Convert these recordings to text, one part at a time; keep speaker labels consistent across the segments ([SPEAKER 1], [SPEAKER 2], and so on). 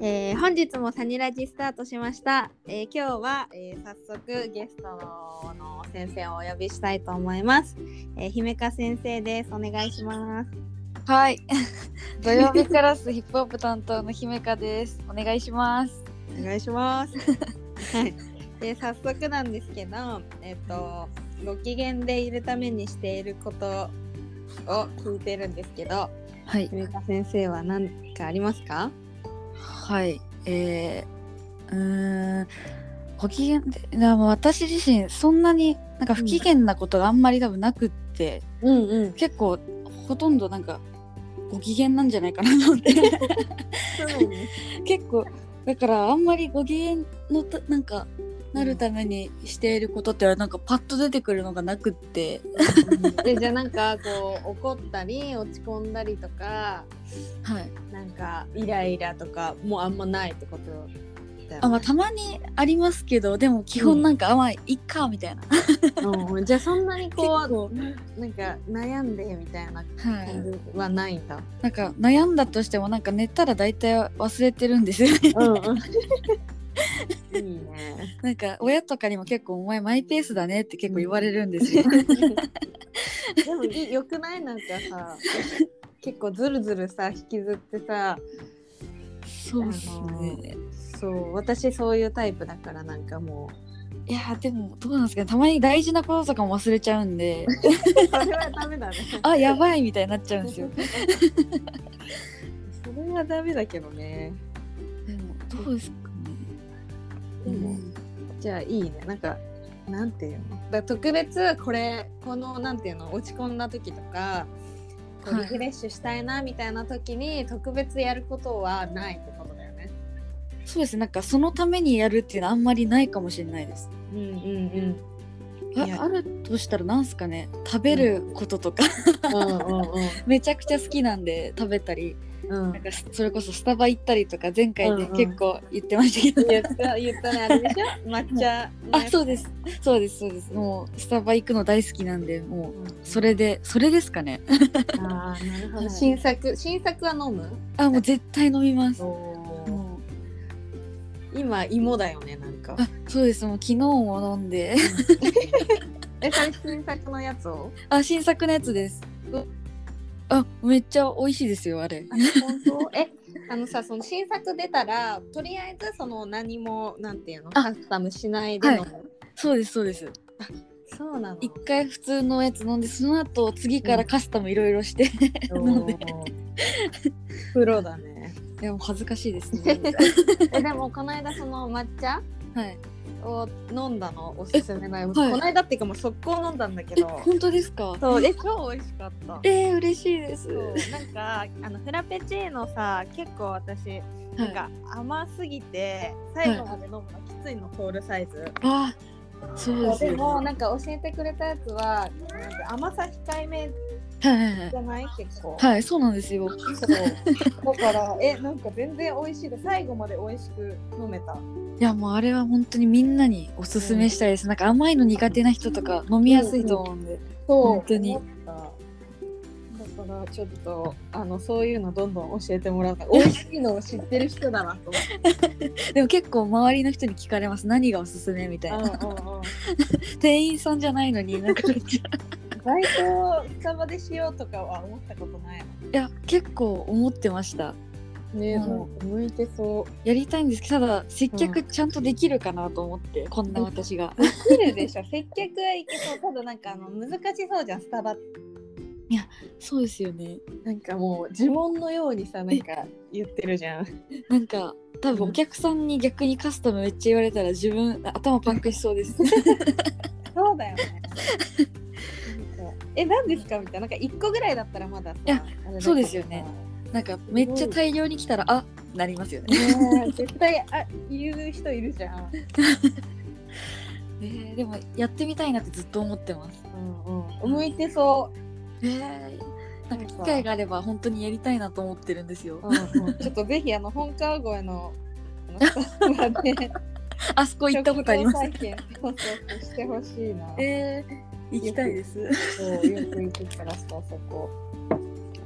[SPEAKER 1] えー本日もサニラジスタートしました。えー今日は、えー早速ゲストの先生をお呼びしたいと思います。えー姫香先生です。お願いします。
[SPEAKER 2] はい。 土曜日クラスヒップホップ担当の姫香です。お願いします。
[SPEAKER 1] お願いします。はい。 で早速なんですけど、えっ、とご機嫌でいるためにしていることを聞いてるんですけど、
[SPEAKER 2] はい。
[SPEAKER 1] 姫香先生は何かありますか？
[SPEAKER 2] はい。えー、うーん。ご機嫌で、なまあ私自身そんなになんか不機嫌なことがあんまり多分なくって、
[SPEAKER 1] うんうん。
[SPEAKER 2] 結構ほとんどなんかご機嫌なんじゃないかなと思って。
[SPEAKER 1] そうね。
[SPEAKER 2] 結構だからあんまりご機嫌のたなんかなるためにしていることってなんかパッと出てくるのがなくって。
[SPEAKER 1] でじゃあなんかこう怒ったり落ち込んだりとか
[SPEAKER 2] はい。
[SPEAKER 1] なんかイライラとかもうあんまないってことだよね
[SPEAKER 2] あまあ、たまにありますけどでも基本なんか、あまあいっかみたいな、
[SPEAKER 1] うん、じゃあそんなに
[SPEAKER 2] 結
[SPEAKER 1] こ
[SPEAKER 2] 構
[SPEAKER 1] うなんか悩んでみたいな
[SPEAKER 2] はい、
[SPEAKER 1] 感じはないんだ。
[SPEAKER 2] なんか悩んだとしてもなんか寝たら大体忘れてるんですよ ね
[SPEAKER 1] いい ね。
[SPEAKER 2] なんか親とかにも結構「お前マイペースだね」って結構言われるんですよ
[SPEAKER 1] でもいいよくないなんかさ結構ずるずるさ引きずってさ
[SPEAKER 2] そうっすね
[SPEAKER 1] そう私そういうタイプだからなんかも
[SPEAKER 2] いやーでもどうなんですかねたまに大事なこととかも忘れちゃうん で
[SPEAKER 1] うそれはダメだね。
[SPEAKER 2] あやばいみたいになっちゃうんですよ
[SPEAKER 1] それはダメだけどね。
[SPEAKER 2] でもどうですかね
[SPEAKER 1] でも
[SPEAKER 2] うん
[SPEAKER 1] じゃあいいねなんかなんていうのだ特別これこのなんていうの落ち込んだ時とかこう
[SPEAKER 2] はい
[SPEAKER 1] リフレッシュしたいなみたいな時に特別やることはないってことだよね。
[SPEAKER 2] そうですねなんかそのためにやるっていうのはあんまりないかもしれないです
[SPEAKER 1] うんうん
[SPEAKER 2] あ
[SPEAKER 1] いや
[SPEAKER 2] あるとしたらなんすかね食べることとか、
[SPEAKER 1] うん。うんうん
[SPEAKER 2] めちゃくちゃ好きなんで食べたり
[SPEAKER 1] うん。うん
[SPEAKER 2] なんかそれこそスタバ行ったりとか前回
[SPEAKER 1] うん
[SPEAKER 2] で
[SPEAKER 1] うん
[SPEAKER 2] 結構言って ましたけど、
[SPEAKER 1] 言った言ったねあれでしょ抹茶のやつ
[SPEAKER 2] あそうですそうですそうですもうスタバ行くの大好きなんでもう
[SPEAKER 1] うん
[SPEAKER 2] それでそれですかね
[SPEAKER 1] あーなるほ
[SPEAKER 2] は
[SPEAKER 1] ど
[SPEAKER 2] い
[SPEAKER 1] 新作新作は飲む
[SPEAKER 2] あもう絶対飲みますもう
[SPEAKER 1] 今芋だよねなんか
[SPEAKER 2] あそうですもう昨日も飲んで
[SPEAKER 1] えそれ新作のやつを
[SPEAKER 2] あ新作のやつですあめっちゃ美味しいですよあれ
[SPEAKER 1] 本当 えあのさその新作出たらとりあえずその何もなんていうの
[SPEAKER 2] あ
[SPEAKER 1] カスタムしないでの、
[SPEAKER 2] はそうですそうです
[SPEAKER 1] そうなの
[SPEAKER 2] 一回普通のやつ飲んでその後次からカスタムいろいろして 飲んで
[SPEAKER 1] プロだ ね
[SPEAKER 2] いやもう恥ずかしいです ね
[SPEAKER 1] えでもこの間その抹茶
[SPEAKER 2] はい
[SPEAKER 1] を飲んだのおすすめだよ、
[SPEAKER 2] はい
[SPEAKER 1] この間っていうかもう速攻飲んだんだけ
[SPEAKER 2] え
[SPEAKER 1] ど
[SPEAKER 2] 本当ですか
[SPEAKER 1] そうえ超美味しかった
[SPEAKER 2] えー、嬉しいです
[SPEAKER 1] そうなんかあのフラペチーノさ結構私なんか甘すぎて最後まで飲むのきついのホールサイズ、
[SPEAKER 2] あそうです
[SPEAKER 1] で
[SPEAKER 2] よね
[SPEAKER 1] もなんか教えてくれたやつはなんか甘さ控えめ
[SPEAKER 2] はいはいはい
[SPEAKER 1] じゃない結構、
[SPEAKER 2] はいそうなんですよ
[SPEAKER 1] そうだからえなんか全然美味しいで最後まで美味しく飲めた
[SPEAKER 2] いやもうあれは本当にみんなにおすすめしたいです、なんか甘いの苦手な人とか飲みやすいと思うんで、
[SPEAKER 1] そう
[SPEAKER 2] 本当に
[SPEAKER 1] 思っただからちょっとあのそういうのどんどん教えてもらうから美味しいのを知ってる人だなと思って
[SPEAKER 2] でも結構周りの人に聞かれます何がおすすめみたいな
[SPEAKER 1] うんうんうん
[SPEAKER 2] 店員さんじゃないのになんかめっちゃ
[SPEAKER 1] バイトをスタバでしようとかは思ったことない
[SPEAKER 2] いや結構思ってました
[SPEAKER 1] のね
[SPEAKER 2] うん
[SPEAKER 1] もう向いてそう
[SPEAKER 2] やりたいんですけどただ接
[SPEAKER 1] う
[SPEAKER 2] 客ちゃんとできるかなと思って、こんな私が、
[SPEAKER 1] できるでしょ接客はいけそうただなんかあの難しそうじゃんスタバって
[SPEAKER 2] そうですよね
[SPEAKER 1] なんかもう呪文のようにさなんか言ってるじゃん。
[SPEAKER 2] なんか多分お客さんに逆にカスタムめっちゃ言われたら自分頭パンクしそうです
[SPEAKER 1] そうだよね。なんか え何ですかみたいななんか一個ぐらいだったらまださ
[SPEAKER 2] い
[SPEAKER 1] あれ
[SPEAKER 2] や
[SPEAKER 1] だけどさ
[SPEAKER 2] そうですよね。なんかめっちゃ大量に来たらあなりますよね
[SPEAKER 1] ねえ絶対あ言う人いるじゃん。
[SPEAKER 2] えー、でもやってみたいなってずっと思ってます。
[SPEAKER 1] うんうん、向いてそ
[SPEAKER 2] えー、なんか機会があれば本当にやりたいなと思ってるんですよ
[SPEAKER 1] う。。うんうん、ちょっとぜひあの本川越のあのスタ バで
[SPEAKER 2] あそこ行ったことあります。
[SPEAKER 1] 職業体験そうそうしてほしいな。
[SPEAKER 2] えー、行きたいです。
[SPEAKER 1] そうよく行くからさそこ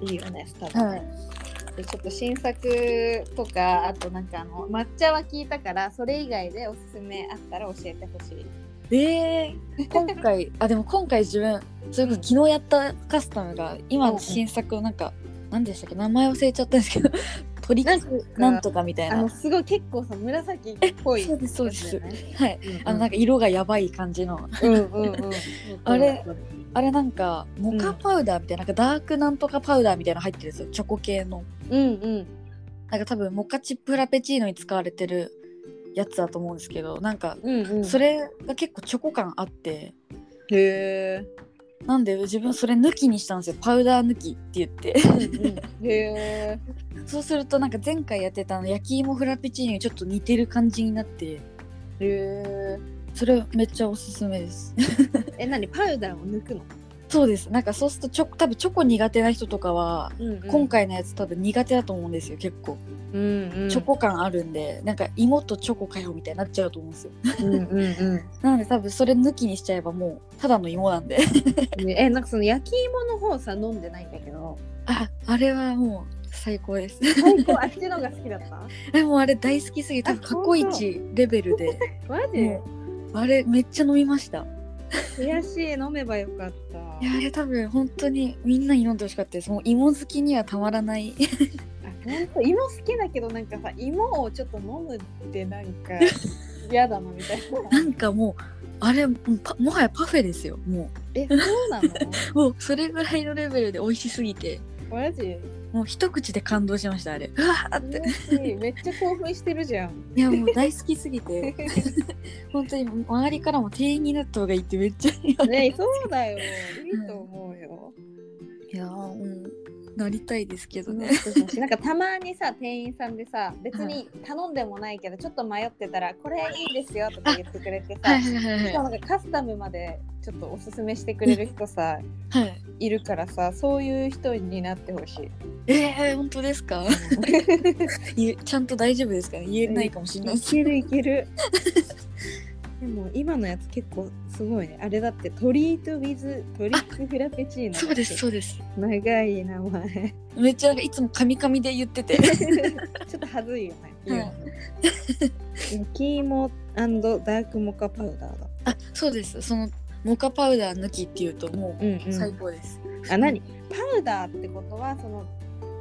[SPEAKER 1] いいよねスタバ。
[SPEAKER 2] い。
[SPEAKER 1] でちょっと新作とかあとなんかあの抹茶は聞いたからそれ以外でおすすめあったら教えてほしい。
[SPEAKER 2] えー、今 回あでも今回自分それこそ昨日やったカスタムが
[SPEAKER 1] うんう
[SPEAKER 2] 今
[SPEAKER 1] ん
[SPEAKER 2] 新作をなんか何でしたっけ名前忘れちゃったんですけど 鳥
[SPEAKER 1] な
[SPEAKER 2] なん
[SPEAKER 1] か
[SPEAKER 2] なんとかみたい
[SPEAKER 1] あ
[SPEAKER 2] な
[SPEAKER 1] のすごい結構さ紫っぽい
[SPEAKER 2] そうですそうです
[SPEAKER 1] やつだよね
[SPEAKER 2] はいあのなんか色がやばい感じの
[SPEAKER 1] うんうんうん。
[SPEAKER 2] あれあれなんかモカパウダーみたいな,、なんかダークなんとかパウダーみたいなの入ってるんですよチョコ系の
[SPEAKER 1] うんうん。
[SPEAKER 2] なんか多分モカチップラペチーノに使われてるやつだと思うんですけどなんか
[SPEAKER 1] うんうん。
[SPEAKER 2] そ
[SPEAKER 1] れ
[SPEAKER 2] れが結構チョコ感あって
[SPEAKER 1] へえ。
[SPEAKER 2] なんで自分それ抜きにしたんですよパウダー抜きって言って
[SPEAKER 1] へえ。
[SPEAKER 2] そうするとなんか前回やってたあの焼き芋フラペチーノにちょっと似てる感じになって
[SPEAKER 1] へえ。
[SPEAKER 2] それめっちゃおすすめです
[SPEAKER 1] え何パウダーを抜くの？
[SPEAKER 2] そうですなんかそうするとチョコ多分チョコ苦手な人とかは、
[SPEAKER 1] うんうん
[SPEAKER 2] 今回のやつ多分苦手だと思うんですよ結構
[SPEAKER 1] うんうん
[SPEAKER 2] チョコ感あるんで、なんか芋とチョコかよみたいになっちゃうと思うんですよ
[SPEAKER 1] うんうんうん。
[SPEAKER 2] なので多分それ抜きにしちゃえばもうただの芋なんで
[SPEAKER 1] ねえなんかその焼き芋の方さ飲んでないんだけど
[SPEAKER 2] ああれはもう最高です
[SPEAKER 1] 最高あっちのが好きだった
[SPEAKER 2] えもうあれ大好きすぎて多分過去一レベルで
[SPEAKER 1] マジ、
[SPEAKER 2] もうあれめっちゃ飲みました
[SPEAKER 1] 悔しい飲めばよかった
[SPEAKER 2] いやあれ多分本当にみんなに飲んでほしかったですもう芋好きにはたまらない
[SPEAKER 1] あ本当芋好きだけどなんかさ芋をちょっと飲むってなんか 嫌だなみたいな
[SPEAKER 2] なんかもうあれもうパもはやパフェですよも
[SPEAKER 1] えそうなの
[SPEAKER 2] うもうそれぐらいのレベルで美味しすぎて
[SPEAKER 1] マジ
[SPEAKER 2] もう一口で感動しましたあれうわーって
[SPEAKER 1] 嬉しいめっちゃ興奮してるじゃん
[SPEAKER 2] いやもう大好きすぎて 本当に周りからも店員になった方がいいってめっちゃ言われ
[SPEAKER 1] ねそうだよいいと思うよ、
[SPEAKER 2] いやーうんなりたいですけどね、
[SPEAKER 1] なんかたまにさ店員さんでさ別に頼んでもないけどちょっと迷ってたら「これいいですよ」とか言ってくれてさ、
[SPEAKER 2] はいはい
[SPEAKER 1] しかもなんかカスタムまでちょっとおすすめしてくれる人さ
[SPEAKER 2] はい
[SPEAKER 1] いるからさそういう人になってほしい。
[SPEAKER 2] えー、本当ですか言えちゃんと大丈夫ですかね言えないかもしれない
[SPEAKER 1] いけるいける。でも今のやつ結構すごいね。あれだってトリートウィズトリックフラペチーノ。
[SPEAKER 2] そうです。そうです
[SPEAKER 1] 長い名 前。
[SPEAKER 2] めっちゃなんかいつもカミカミで言って
[SPEAKER 1] ち
[SPEAKER 2] て
[SPEAKER 1] ょっとはずいよね。
[SPEAKER 2] は
[SPEAKER 1] 焼き芋ダークモカパウダーだ。
[SPEAKER 2] あそうですそのモカパウダー抜きっていうとも
[SPEAKER 1] うん
[SPEAKER 2] う最高です、
[SPEAKER 1] あ何パウダーってことはその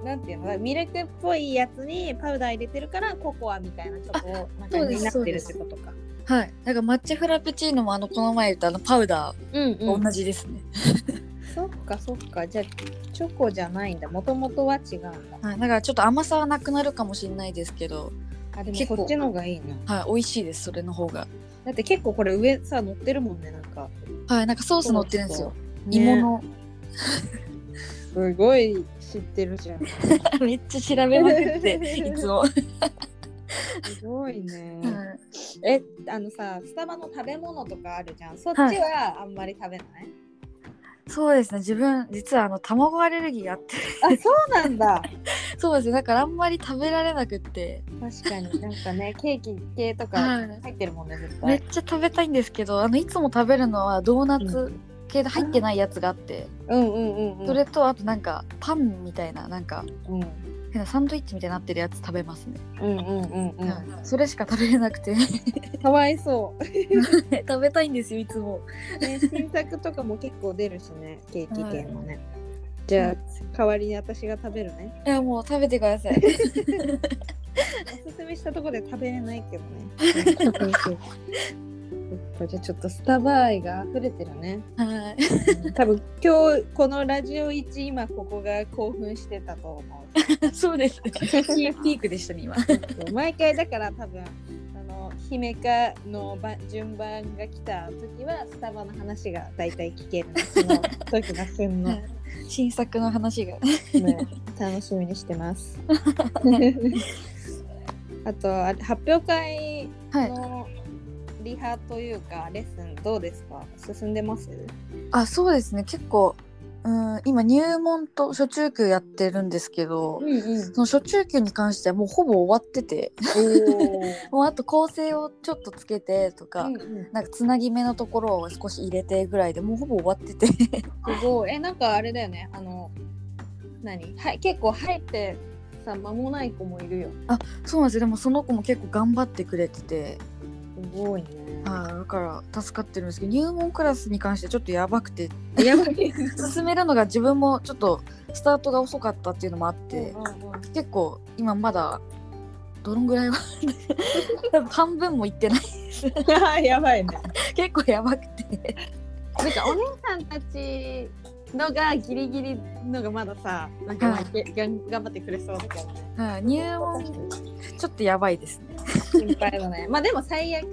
[SPEAKER 1] なんていうのミルクっぽいやつにパウダー入れてるからココアみたいなチョコをなんか
[SPEAKER 2] そうです
[SPEAKER 1] になってるってことか。
[SPEAKER 2] はいなんか抹茶フラペチーノもあのこの前言ったあのパウダ
[SPEAKER 1] うん
[SPEAKER 2] ーと同じですね、
[SPEAKER 1] そっかそっかじゃあチョコじゃないんだもともとは違うんだ。
[SPEAKER 2] はい、だからちょっと甘さはなくなるかもしれないですけど、
[SPEAKER 1] あで
[SPEAKER 2] 結
[SPEAKER 1] も
[SPEAKER 2] 構
[SPEAKER 1] こっちの方がいいな。
[SPEAKER 2] はい、美味しいですそれの方が
[SPEAKER 1] だって結構これ上さ乗ってるもんねなんか。
[SPEAKER 2] はいなんかソース乗ってるんですよ、
[SPEAKER 1] ね
[SPEAKER 2] 芋の
[SPEAKER 1] すごい知ってるじゃん。す
[SPEAKER 2] めっちゃ調べまく っていつも、はい
[SPEAKER 1] ごいね。えあのさスタバの食べ物とかあるじゃん。そっちはあんまり食べない、
[SPEAKER 2] そうですね自分実はあの卵アレルギーがあって
[SPEAKER 1] あそうなんだ。
[SPEAKER 2] そうですねだからあんまり食べられなくって
[SPEAKER 1] 確かになんかねケーキ系とか
[SPEAKER 2] はい
[SPEAKER 1] 入ってるもんね絶
[SPEAKER 2] め
[SPEAKER 1] 対
[SPEAKER 2] っちゃ食べたいんですけどあのいつも食べるのはドーナツ系で入ってないやつがあって、
[SPEAKER 1] うんうんうんうん
[SPEAKER 2] それとあとなんかパンみたいななんか
[SPEAKER 1] うん
[SPEAKER 2] 変なサンドイッチみたいになってるやつ食べますね、
[SPEAKER 1] うんうんうんう
[SPEAKER 2] はいそれしか食べれなくて
[SPEAKER 1] んかわいそう、
[SPEAKER 2] 食べたいんですよいつも
[SPEAKER 1] ね、新作とかも結構出るしねケーキ系もね、じゃあ代わりに私が食べるね
[SPEAKER 2] いやもう食べてください
[SPEAKER 1] おすすめしたとこで食べれないけどねそっかじゃあちょっとスタバ愛が溢れてる ね
[SPEAKER 2] はい
[SPEAKER 1] 多分今日このラジオ1今ここが興奮してたと思う
[SPEAKER 2] そうです ねピークでしたね今
[SPEAKER 1] 毎回だから多分あの姫かのば順番が来た時はスタバの話が大体聞けるの その時が旬の、ね、
[SPEAKER 2] 新作の話が
[SPEAKER 1] 楽しみにしてます あとあれ発表会
[SPEAKER 2] はい
[SPEAKER 1] のリハというかレッスンどうですか進んでます
[SPEAKER 2] あそうですね結構うん今入門と初中級やってるんですけど、
[SPEAKER 1] んうん
[SPEAKER 2] その初中級に関してはもうほぼ終わってて
[SPEAKER 1] おー
[SPEAKER 2] もうあと構成をちょっとつけてとか、
[SPEAKER 1] うんうん
[SPEAKER 2] なんかつなぎ目のところを少し入れてぐらいでもうほぼ終わってて
[SPEAKER 1] すごいえなんかあれだよねあの何はい結構入ってさ間もない子もいるよ
[SPEAKER 2] そうなんですよでもその子も結構頑張ってくれてて、
[SPEAKER 1] すごいね
[SPEAKER 2] はいだから助かってるんですけど入門クラスに関してちょっとやばくて
[SPEAKER 1] やばい
[SPEAKER 2] 進めるのが自分もちょっとスタートが遅かったっていうのもあって結構今まだどのぐらいは 多分半分もいってな い
[SPEAKER 1] やばいね
[SPEAKER 2] 結構やばくて
[SPEAKER 1] なんかお姉さんたちのがギリギリのがまださなんか、
[SPEAKER 2] はい
[SPEAKER 1] げがん頑張ってくれそうだけどね
[SPEAKER 2] はい入門ちょっとやばいですね
[SPEAKER 1] 心配だねまあでも最悪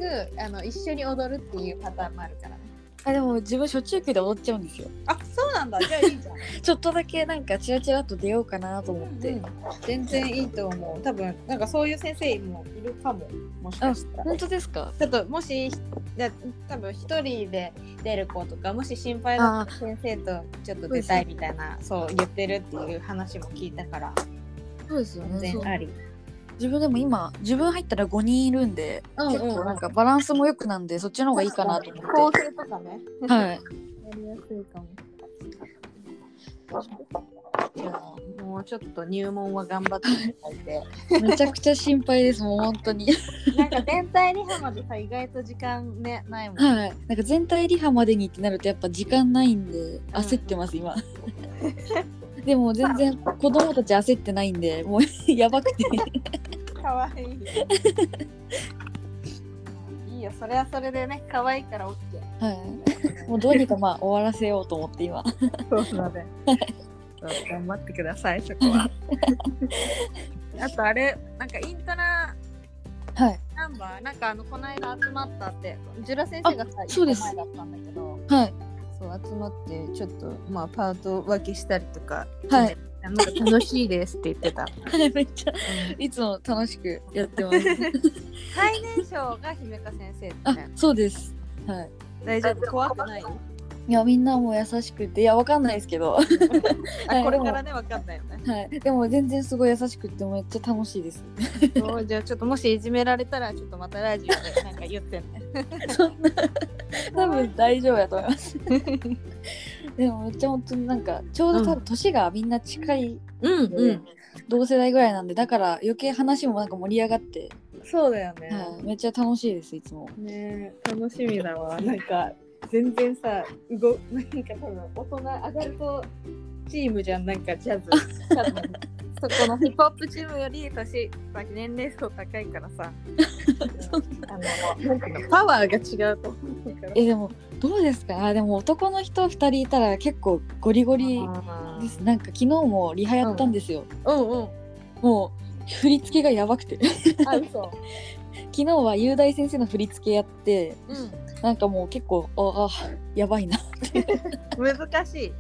[SPEAKER 1] あの一緒に踊るっていうパターンもあるからね
[SPEAKER 2] あでも自分初中級で踊っちゃうんですよ
[SPEAKER 1] あそうなんだじゃあいいじゃん
[SPEAKER 2] ちょっとだけなんかチラチラっと出ようかなと思って、
[SPEAKER 1] うん全然いいと思う多分なんかそういう先生もいるかももしかしたら
[SPEAKER 2] 本当ですか
[SPEAKER 1] ちょっともしだ多分一人で出る子とかもし心配だったら先生とちょっと出たいみたいなそう言ってるっていう話も聞いたから
[SPEAKER 2] そうですよ
[SPEAKER 1] 全
[SPEAKER 2] ねそう
[SPEAKER 1] 然あり
[SPEAKER 2] 自分でも今自分入ったら5人いるんで、
[SPEAKER 1] うんうんうん
[SPEAKER 2] 結構なんかバランスも良くなんでそっちの方がいいかなと思
[SPEAKER 1] 構
[SPEAKER 2] って、
[SPEAKER 1] 成とかね
[SPEAKER 2] はい、
[SPEAKER 1] やりやすいかもじゃあもうちょっと入門は頑張っていただいて
[SPEAKER 2] めちゃくちゃ心配ですもう本当に
[SPEAKER 1] なんか全体リハまでさ意外と時間ねない もん
[SPEAKER 2] はいなんか全体リハまでにってなるとやっぱ時間ないんで焦ってます 今でも全然子供たち焦ってないんでもう やばくて
[SPEAKER 1] かわいい。いいよ、それはそれでね、可愛いからオッケー。
[SPEAKER 2] はい もうどうにかまあ終わらせようと思って今
[SPEAKER 1] そうだね。頑張ってください、そこは。あとあれ、なんかイントラ
[SPEAKER 2] はい
[SPEAKER 1] ナンバー、なんかあのこの間集まったって、ジュラ先生がさ、
[SPEAKER 2] あ
[SPEAKER 1] 一
[SPEAKER 2] そう
[SPEAKER 1] 個
[SPEAKER 2] です
[SPEAKER 1] 前だったんだけど、
[SPEAKER 2] はい
[SPEAKER 1] そう集まってちょっとまあパート分けしたりとか、
[SPEAKER 2] はい、
[SPEAKER 1] なんか楽しいですって言ってた。
[SPEAKER 2] はいめっちゃいつも楽しくやって ます
[SPEAKER 1] 最年少が姫香先生
[SPEAKER 2] あ
[SPEAKER 1] ってね。
[SPEAKER 2] そうですはい
[SPEAKER 1] 大丈夫、怖くない。
[SPEAKER 2] いやみんなもう優しくていやわかんないですけ ど、
[SPEAKER 1] あこれからね、わかんないよね。
[SPEAKER 2] はい、でも全然すごい優しくてめっちゃ楽しいです
[SPEAKER 1] そうじゃあちょっともしいじめられたらちょっとまたラジオでなんか言ってね。
[SPEAKER 2] そんな多分大丈夫やと思いますでもめっちゃ本当になんかちょうど多分年がみんな近い、
[SPEAKER 1] うんうん。
[SPEAKER 2] 同世代ぐらいなんでだから余計話もなんか盛り上がって、
[SPEAKER 1] そうだよね。
[SPEAKER 2] はい、めっちゃ楽しいですいつも
[SPEAKER 1] ねえ楽しみだわ。 なんか全然さ動なんか多分大人アダルトチームじゃんなんかジャズ。多分そこのヒップホップチームより年年齢層高いからさ。あのなんていうのパワーが違うと思うから。
[SPEAKER 2] えでもどうですかあでも男の人2人いたら結構ゴリゴリ
[SPEAKER 1] あ
[SPEAKER 2] で
[SPEAKER 1] ー
[SPEAKER 2] すなんか昨日もリハやったんですよ、
[SPEAKER 1] うんうん。
[SPEAKER 2] もう振り付けがやばくて
[SPEAKER 1] あ嘘。
[SPEAKER 2] 昨日は雄大先生の振り付けやって
[SPEAKER 1] う。
[SPEAKER 2] なんかもう結構ああやばいなん
[SPEAKER 1] 難しい。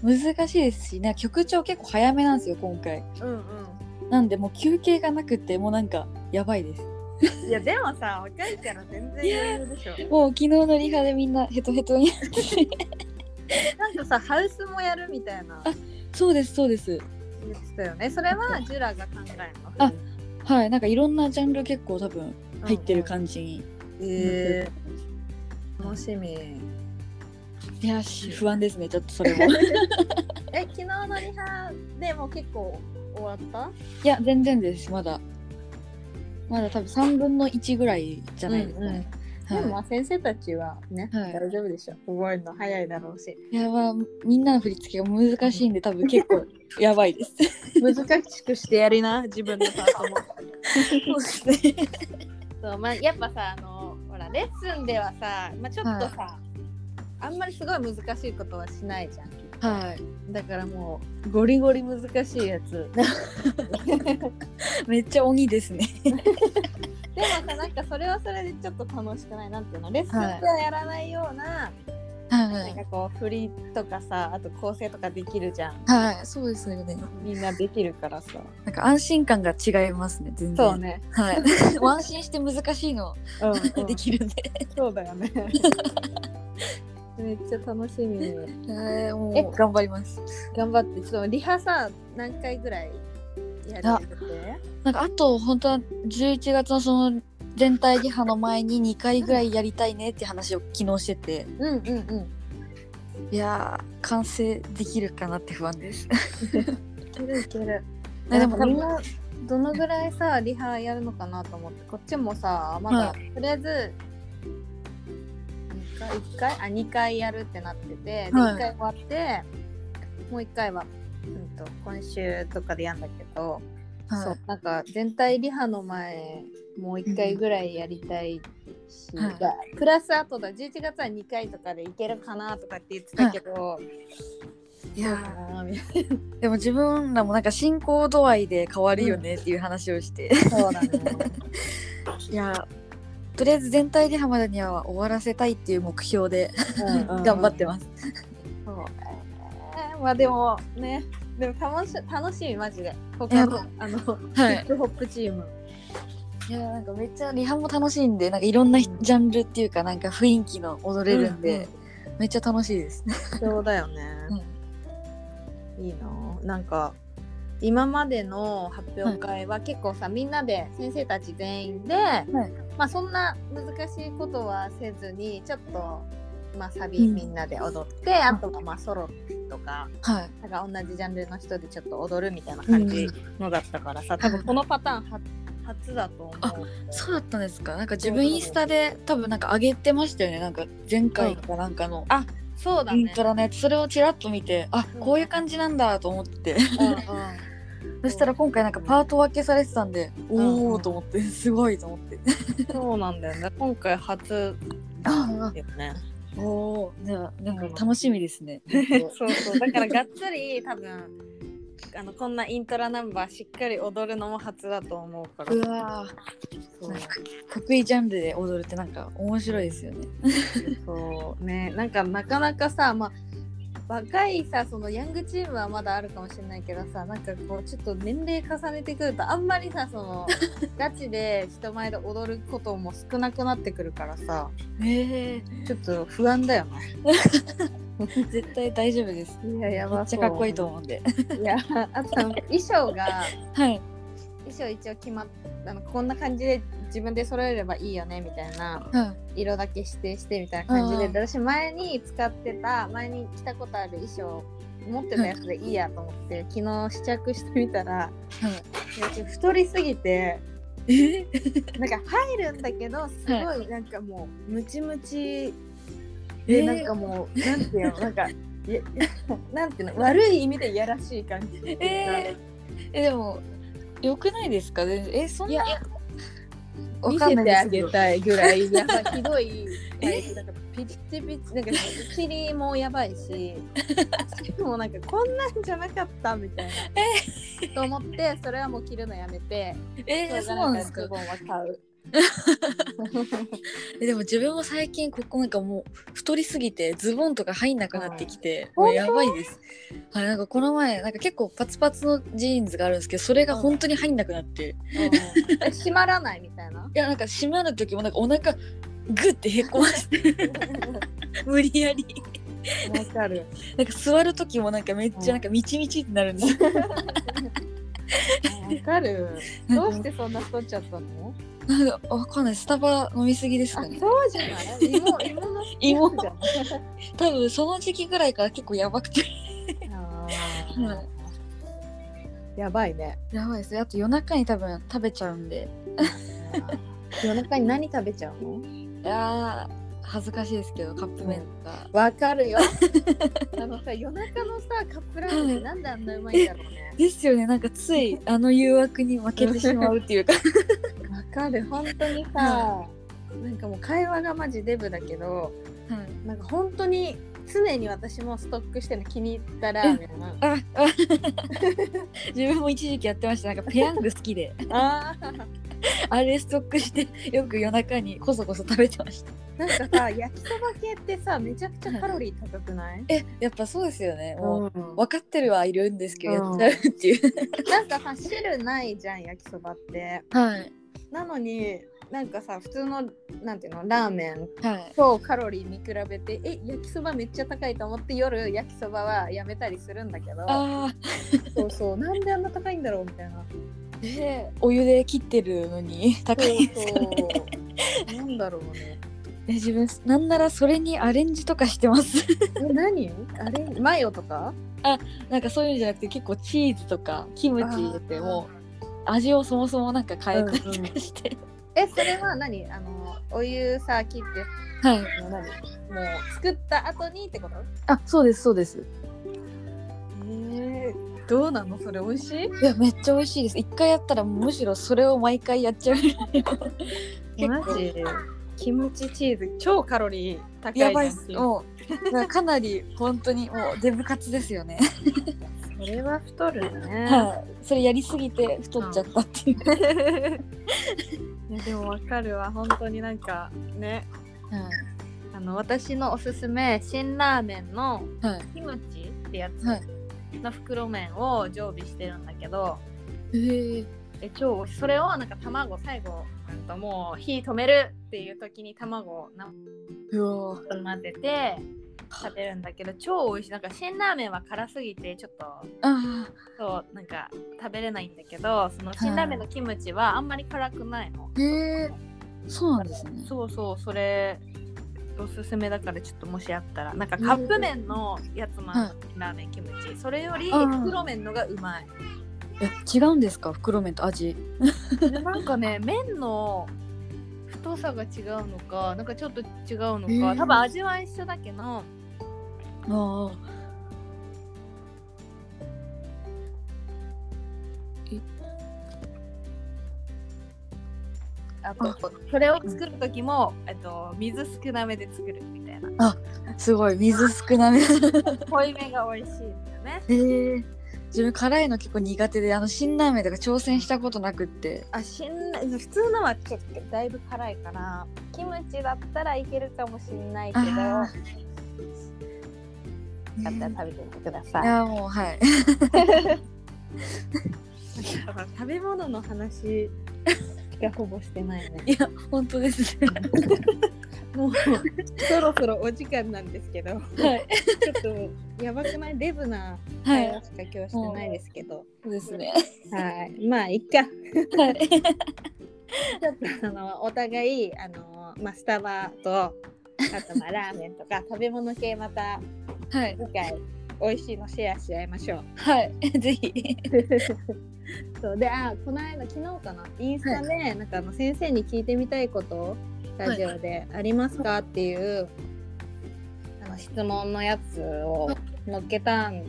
[SPEAKER 2] 難しいですし、ね、曲調結構早めなんですよ今回
[SPEAKER 1] うんうん。
[SPEAKER 2] なんでもう休憩がなくてもうなんかやばいです
[SPEAKER 1] いやでもさ若いから全然余裕でしょ
[SPEAKER 2] もう昨日のリハでみんなヘトヘトに
[SPEAKER 1] なんかさハウスもやるみたいな
[SPEAKER 2] そうですそうです
[SPEAKER 1] 言ってたよねそれはジュラが考えるの
[SPEAKER 2] あはいなんかいろんなジャンル結構多分入ってる
[SPEAKER 1] じ、
[SPEAKER 2] 感じに、
[SPEAKER 1] えー、楽しみ
[SPEAKER 2] いやし不安ですねちょっとそれも い
[SPEAKER 1] え昨日のリハでも結構終わった
[SPEAKER 2] や全然ですまだまだ多分3分の1ぐらいじゃないですかね、
[SPEAKER 1] でもま
[SPEAKER 2] は
[SPEAKER 1] あ先生たちはね、
[SPEAKER 2] はい
[SPEAKER 1] 大丈夫でしょ覚えるの早いだろうし
[SPEAKER 2] い、いやまあみんなの振り付けが難しいんで多分結構やばいです
[SPEAKER 1] 難しくしてやりな自分のパートも
[SPEAKER 2] そうですね
[SPEAKER 1] そう、まあ、やっぱさあのほらレッスンではさ、まあ、ちょっとさ、あんまりすごい難しいことはしないじゃん
[SPEAKER 2] はい
[SPEAKER 1] だからもうゴリゴリ難しいやつ でも
[SPEAKER 2] めっちゃ鬼ですね
[SPEAKER 1] さなんかそれはそれでちょっと楽しくないなんていうのレッスンではやらないような,、
[SPEAKER 2] は
[SPEAKER 1] なん
[SPEAKER 2] い
[SPEAKER 1] かこう振りとかさあと構成とかできるじゃん
[SPEAKER 2] はいそうですよね
[SPEAKER 1] みんなできるからさ
[SPEAKER 2] なんか安心感が違いますね、全然。
[SPEAKER 1] そう。ね、
[SPEAKER 2] はい。安心して難しいの
[SPEAKER 1] うん
[SPEAKER 2] できるんで。
[SPEAKER 1] そうだよねめっちゃ楽し み
[SPEAKER 2] えー、
[SPEAKER 1] え
[SPEAKER 2] もう頑張ります。
[SPEAKER 1] 頑張ってちょっとリハさ何回ぐらいやってて
[SPEAKER 2] なんかあと本当は11月のその全体リハの前に2回ぐらいやりたいねって話を昨日してて、
[SPEAKER 1] うんうんうん
[SPEAKER 2] いやー完成できるかなって不安です。
[SPEAKER 1] いけるいける
[SPEAKER 2] ねでも多
[SPEAKER 1] みん
[SPEAKER 2] 分
[SPEAKER 1] などのぐらいさリハやるのかなと思ってこっちもさまだ、
[SPEAKER 2] は
[SPEAKER 1] とりあえず1回一回あ2回やるってなっててで
[SPEAKER 2] はい
[SPEAKER 1] 1回終わってもう1回は、うん、と今週とかでやんだけど、
[SPEAKER 2] はい
[SPEAKER 1] そうなんか全体リハの前もう1回ぐらいやりたいし、
[SPEAKER 2] はい
[SPEAKER 1] だプラスあとだ11月は2回とかでいけるかなとかって言ってたけど、
[SPEAKER 2] いやー
[SPEAKER 1] あーみたい
[SPEAKER 2] でも自分らもなんか進行度合いで変わるよねっていう話をして、
[SPEAKER 1] なそうだね。
[SPEAKER 2] いやとりあえず全体リハまでには終わらせたいっていう目標で頑
[SPEAKER 1] 頑
[SPEAKER 2] 張ってます、
[SPEAKER 1] そうえーまあでもねでも楽し楽しみマジで
[SPEAKER 2] い
[SPEAKER 1] 他
[SPEAKER 2] や
[SPEAKER 1] のあの、
[SPEAKER 2] はい
[SPEAKER 1] ヒップホップチーム
[SPEAKER 2] いやなんかめっちゃリハも楽しいんでなんかいろんなジャンルっていうかなんか雰囲気の踊れるんで、めっちゃ楽しいですね、
[SPEAKER 1] そうだよね、 いいなあなんか今までの発表会は結構さ、みんなで先生たち全員で、まあそんな難しいことはせずにちょっとまあサビ
[SPEAKER 2] うん
[SPEAKER 1] みんなで踊って、あとはまあソロとか
[SPEAKER 2] はい
[SPEAKER 1] なんか同じジャンルの人でちょっと踊るみたいな感じのだったからさ、多分このパターンは初だと思
[SPEAKER 2] あ
[SPEAKER 1] う。
[SPEAKER 2] そうだったんですかなんか自分インスタで多分なんか上げてましたよねなんか前回かなんかの、
[SPEAKER 1] あそうだ
[SPEAKER 2] イン
[SPEAKER 1] ね。
[SPEAKER 2] トロのやつそれをちらっと見てあ
[SPEAKER 1] うん
[SPEAKER 2] こういう感じなんだと思って
[SPEAKER 1] うんうん
[SPEAKER 2] そしたら今回なんかパート分けされてたんで、
[SPEAKER 1] ん
[SPEAKER 2] おおと思ってすごいと思って
[SPEAKER 1] そうなんだよね。今回初
[SPEAKER 2] あ
[SPEAKER 1] だよね。
[SPEAKER 2] おおじゃあなんか楽しみですね、
[SPEAKER 1] そうそう。だからがっつり多分あのこんなイントラナンバーしっかり踊るのも初だと思うから。
[SPEAKER 2] うわー
[SPEAKER 1] そう
[SPEAKER 2] なんか得意ジャンルで踊るってなんか面白いですよね。
[SPEAKER 1] そうね。なんかなかなかさまあ。若いさそのヤングチームはまだあるかもしれないけどさなんかこうちょっと年齢重ねてくるとあんまりさそ のガチで人前で踊ることも少なくなってくるからさ
[SPEAKER 2] え
[SPEAKER 1] ちょっと不安だよね。
[SPEAKER 2] 絶対大丈夫です。
[SPEAKER 1] いやや
[SPEAKER 2] めっちゃかっこいいと思う んで。
[SPEAKER 1] いやあと衣装が
[SPEAKER 2] はい。
[SPEAKER 1] 衣装一応決まっあのこんな感じで自分で揃えればいいよねみたいな
[SPEAKER 2] はい。
[SPEAKER 1] 色だけ指定してみたいな感じで、
[SPEAKER 2] うん
[SPEAKER 1] 私前に使ってた前に着たことある衣装持ってたやつでいいやと思って、昨日試着してみたらいやちょっと太りすぎて
[SPEAKER 2] え
[SPEAKER 1] なんか入るんだけどすごいなんかもうムチムチで、
[SPEAKER 2] えー
[SPEAKER 1] なんかもうなんていうのなんかいやなんていうの悪い意味でいやらしい感じ
[SPEAKER 2] ええでも良くないですか？全然えそん
[SPEAKER 1] いや
[SPEAKER 2] なわ
[SPEAKER 1] 見
[SPEAKER 2] か
[SPEAKER 1] せ
[SPEAKER 2] んない
[SPEAKER 1] て
[SPEAKER 2] で
[SPEAKER 1] あ
[SPEAKER 2] すけ
[SPEAKER 1] げ
[SPEAKER 2] ど。
[SPEAKER 1] たいぐらいやばいひど い体育なんかピチピチなんか霧もやばいししかもなんかこんなんじゃなかったみたいなと思ってそれはもう着るのやめて
[SPEAKER 2] えーそうなんで
[SPEAKER 1] し
[SPEAKER 2] す
[SPEAKER 1] ょ
[SPEAKER 2] か
[SPEAKER 1] う。がないからズボンは買う
[SPEAKER 2] えでも自分も最近ここなんかもう太りすぎてズボンとか入んなくなってきて、
[SPEAKER 1] うん
[SPEAKER 2] もうやばいです。はいなんかこの前なんか結構パツパツのジーンズがあるんですけどそれが本当に入んなくなって、い
[SPEAKER 1] うん閉まらないみたいな
[SPEAKER 2] やなんか締まる時もなんかお腹グってへこま して無理やり
[SPEAKER 1] わかる
[SPEAKER 2] なんか座る時もなんかめっちゃなんかみちみちってなるんですよ。
[SPEAKER 1] わかるどうしてそんな太っちゃったの
[SPEAKER 2] なんかわかんないスタバ飲みすぎです
[SPEAKER 1] あ
[SPEAKER 2] かね。
[SPEAKER 1] そうじゃない芋芋の
[SPEAKER 2] 芋
[SPEAKER 1] じゃない
[SPEAKER 2] 多分その時期ぐらいから結構やばくて。
[SPEAKER 1] あ
[SPEAKER 2] は
[SPEAKER 1] ーやばいね
[SPEAKER 2] やばいです。あと夜中に多分食べちゃうんで。
[SPEAKER 1] 夜中に何食べちゃうの
[SPEAKER 2] いやー恥ずかしいですけどカップ麺とか。
[SPEAKER 1] わかる よあのさ夜中のさカップラーメンってなんであんなうまいんだろうね
[SPEAKER 2] ですよねなんかつ いあの誘惑に負けてしまうっていう か
[SPEAKER 1] わかる本当にさなんかもう会話がマジデブだけど
[SPEAKER 2] はい
[SPEAKER 1] なんか本当に常に私もストックしてるの気に入ったラーメンな
[SPEAKER 2] ああ 自分も一時期やってましたなんかペヤング好きで
[SPEAKER 1] あー
[SPEAKER 2] あれストックしてよく夜中にこそこそ食べてまし
[SPEAKER 1] な
[SPEAKER 2] た
[SPEAKER 1] んかさ焼きそば系ってさめちゃくちゃカロリー高くない、
[SPEAKER 2] えやっぱそうですよねもう、
[SPEAKER 1] うん
[SPEAKER 2] 分かってるはいるんですけどや
[SPEAKER 1] う
[SPEAKER 2] っ
[SPEAKER 1] ん
[SPEAKER 2] ちゃうっていう、
[SPEAKER 1] なんかさ汁ないじゃん焼きそばって
[SPEAKER 2] はい
[SPEAKER 1] なのになんかさ普通のなんていうのラーメン
[SPEAKER 2] はい
[SPEAKER 1] とカロリー見比べてえ焼きそばめっちゃ高いと思って夜焼きそばはやめたりするんだけど
[SPEAKER 2] あー
[SPEAKER 1] そうそうなんであんな高いんだろうみた いな
[SPEAKER 2] でお湯で切ってるのに高
[SPEAKER 1] そう
[SPEAKER 2] いですか
[SPEAKER 1] そうなんだろうね
[SPEAKER 2] え自分なんならそれにアレンジとかしてます
[SPEAKER 1] え何あれマヨとか
[SPEAKER 2] なんかそういうんじゃなくて結構チーズとかキムチ入れてもう味をそもそもなんか変えたりとかして、
[SPEAKER 1] えそれは何あのお湯さ切って
[SPEAKER 2] はい
[SPEAKER 1] もう何もう作った後にってこと
[SPEAKER 2] あそうですそうです
[SPEAKER 1] えー、どうなのそれ美味しい
[SPEAKER 2] いやめっちゃ美味しいです一回やったらむしろそれを毎回やっちゃう結
[SPEAKER 1] マジキムチチーズ超カロリー高いじゃん
[SPEAKER 2] やばいっすもうだからかなり本当にもうデブ活ですよね、
[SPEAKER 1] それは太るね
[SPEAKER 2] はいそれやりすぎて太っちゃったっていう、
[SPEAKER 1] いやでもわかるわ本当になんかね
[SPEAKER 2] は
[SPEAKER 1] あの私のおすすめ辛ラーメンの
[SPEAKER 2] いはい
[SPEAKER 1] キムチってや
[SPEAKER 2] はい
[SPEAKER 1] つの袋麺を常備してるんだけど
[SPEAKER 2] ええ
[SPEAKER 1] え超美味しいそれをなんか卵最後なんともう火止めるっていう時に卵を生
[SPEAKER 2] うわ
[SPEAKER 1] 混ぜて食べるんだけど超美味しいなんか辛ラーメンは辛すぎてちょっと
[SPEAKER 2] あ
[SPEAKER 1] そうなんか食べれないんだけどその辛ラーメンのキムチはあんまり辛くないの、
[SPEAKER 2] ーへえそうなんですね
[SPEAKER 1] そうそうそれおすすめだからちょっともしあったらなんかカップ麺のやつもあるラーメンキムチそれより
[SPEAKER 2] うん
[SPEAKER 1] 袋麺のがうまい
[SPEAKER 2] え違うんですか袋麺と味
[SPEAKER 1] なんかね麺の太さが違うのかなんかちょっと違うのか、
[SPEAKER 2] へえ
[SPEAKER 1] 多分味は一緒だけど
[SPEAKER 2] ああ。え
[SPEAKER 1] あとそれを作る時も、えっと、水少なめで作るみたいな
[SPEAKER 2] すごい水少なめ。
[SPEAKER 1] 濃いめが美味しいんだよね
[SPEAKER 2] ええ。自分辛いの結構苦手であの辛ラーメンとか挑戦したことなくって。
[SPEAKER 1] あしんな普通のはちょっとだいぶ辛いからキムチだったらいけるかもしれないけどよか
[SPEAKER 2] あ
[SPEAKER 1] ったら食べてみてくださ
[SPEAKER 2] い
[SPEAKER 1] い
[SPEAKER 2] やもうはい。
[SPEAKER 1] 食べ物の話がほぼしてないね
[SPEAKER 2] いや本当ですね。
[SPEAKER 1] もうそろそろお時間なんですけどち
[SPEAKER 2] はい
[SPEAKER 1] ょっとやばくないデブな
[SPEAKER 2] は
[SPEAKER 1] 会話
[SPEAKER 2] い。
[SPEAKER 1] しか今日してないですけど
[SPEAKER 2] そうですね。
[SPEAKER 1] はいまあいっか
[SPEAKER 2] はい。
[SPEAKER 1] ちょっとあのお互いあの、まあ、スタバとあとまあラーメンとか食べ物系また
[SPEAKER 2] はい。
[SPEAKER 1] 次回美味しいのシェアし合いましょう。
[SPEAKER 2] はい。 ぜひ。
[SPEAKER 1] そうであこの間昨日かなインスタで、なんかあの先生に聞いてみたいことラジオでありますか、っていうあの質問のやつを載っけたん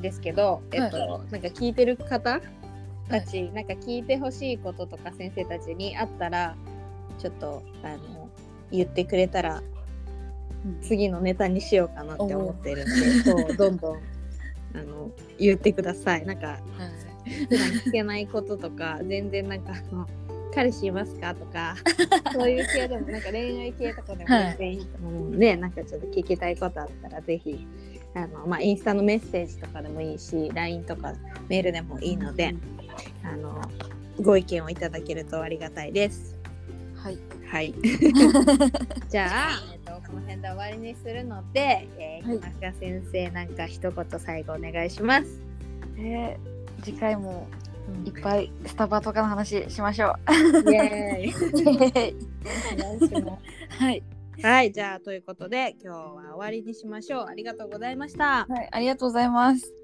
[SPEAKER 1] ですけど、えっとなんか聞いてる方たち、なんか聞いてほしいこととか先生たちにあったらちょっとあの言ってくれたら次のネタにしようかなって思ってるんで、そうどんどんあの言ってください。なんか
[SPEAKER 2] はい。
[SPEAKER 1] 普段聞けないこととか全然なんかあの彼氏いますかと かそういう系でもなんか恋愛系とかでも全然いいと思うんで、なんかちょっと聞きたいことあったらぜひあの、まあ、インスタのメッセージとかでもいいし LINE とかメールでもいいので、あのご意見をいただけるとありがたいです。
[SPEAKER 2] はい。
[SPEAKER 1] はい。じゃあ、えっと、この辺で終わりにするので、えー、
[SPEAKER 2] はい
[SPEAKER 1] 木中先生なんか一言最後お願いします。
[SPEAKER 2] えー次回もい っぱいスタバとかの話しま しょう。
[SPEAKER 1] イエーイ。
[SPEAKER 2] はい。
[SPEAKER 1] はい、じゃあということで今日は終わりにしましょう。ありがとうございました。
[SPEAKER 2] はい。ありがとうございます。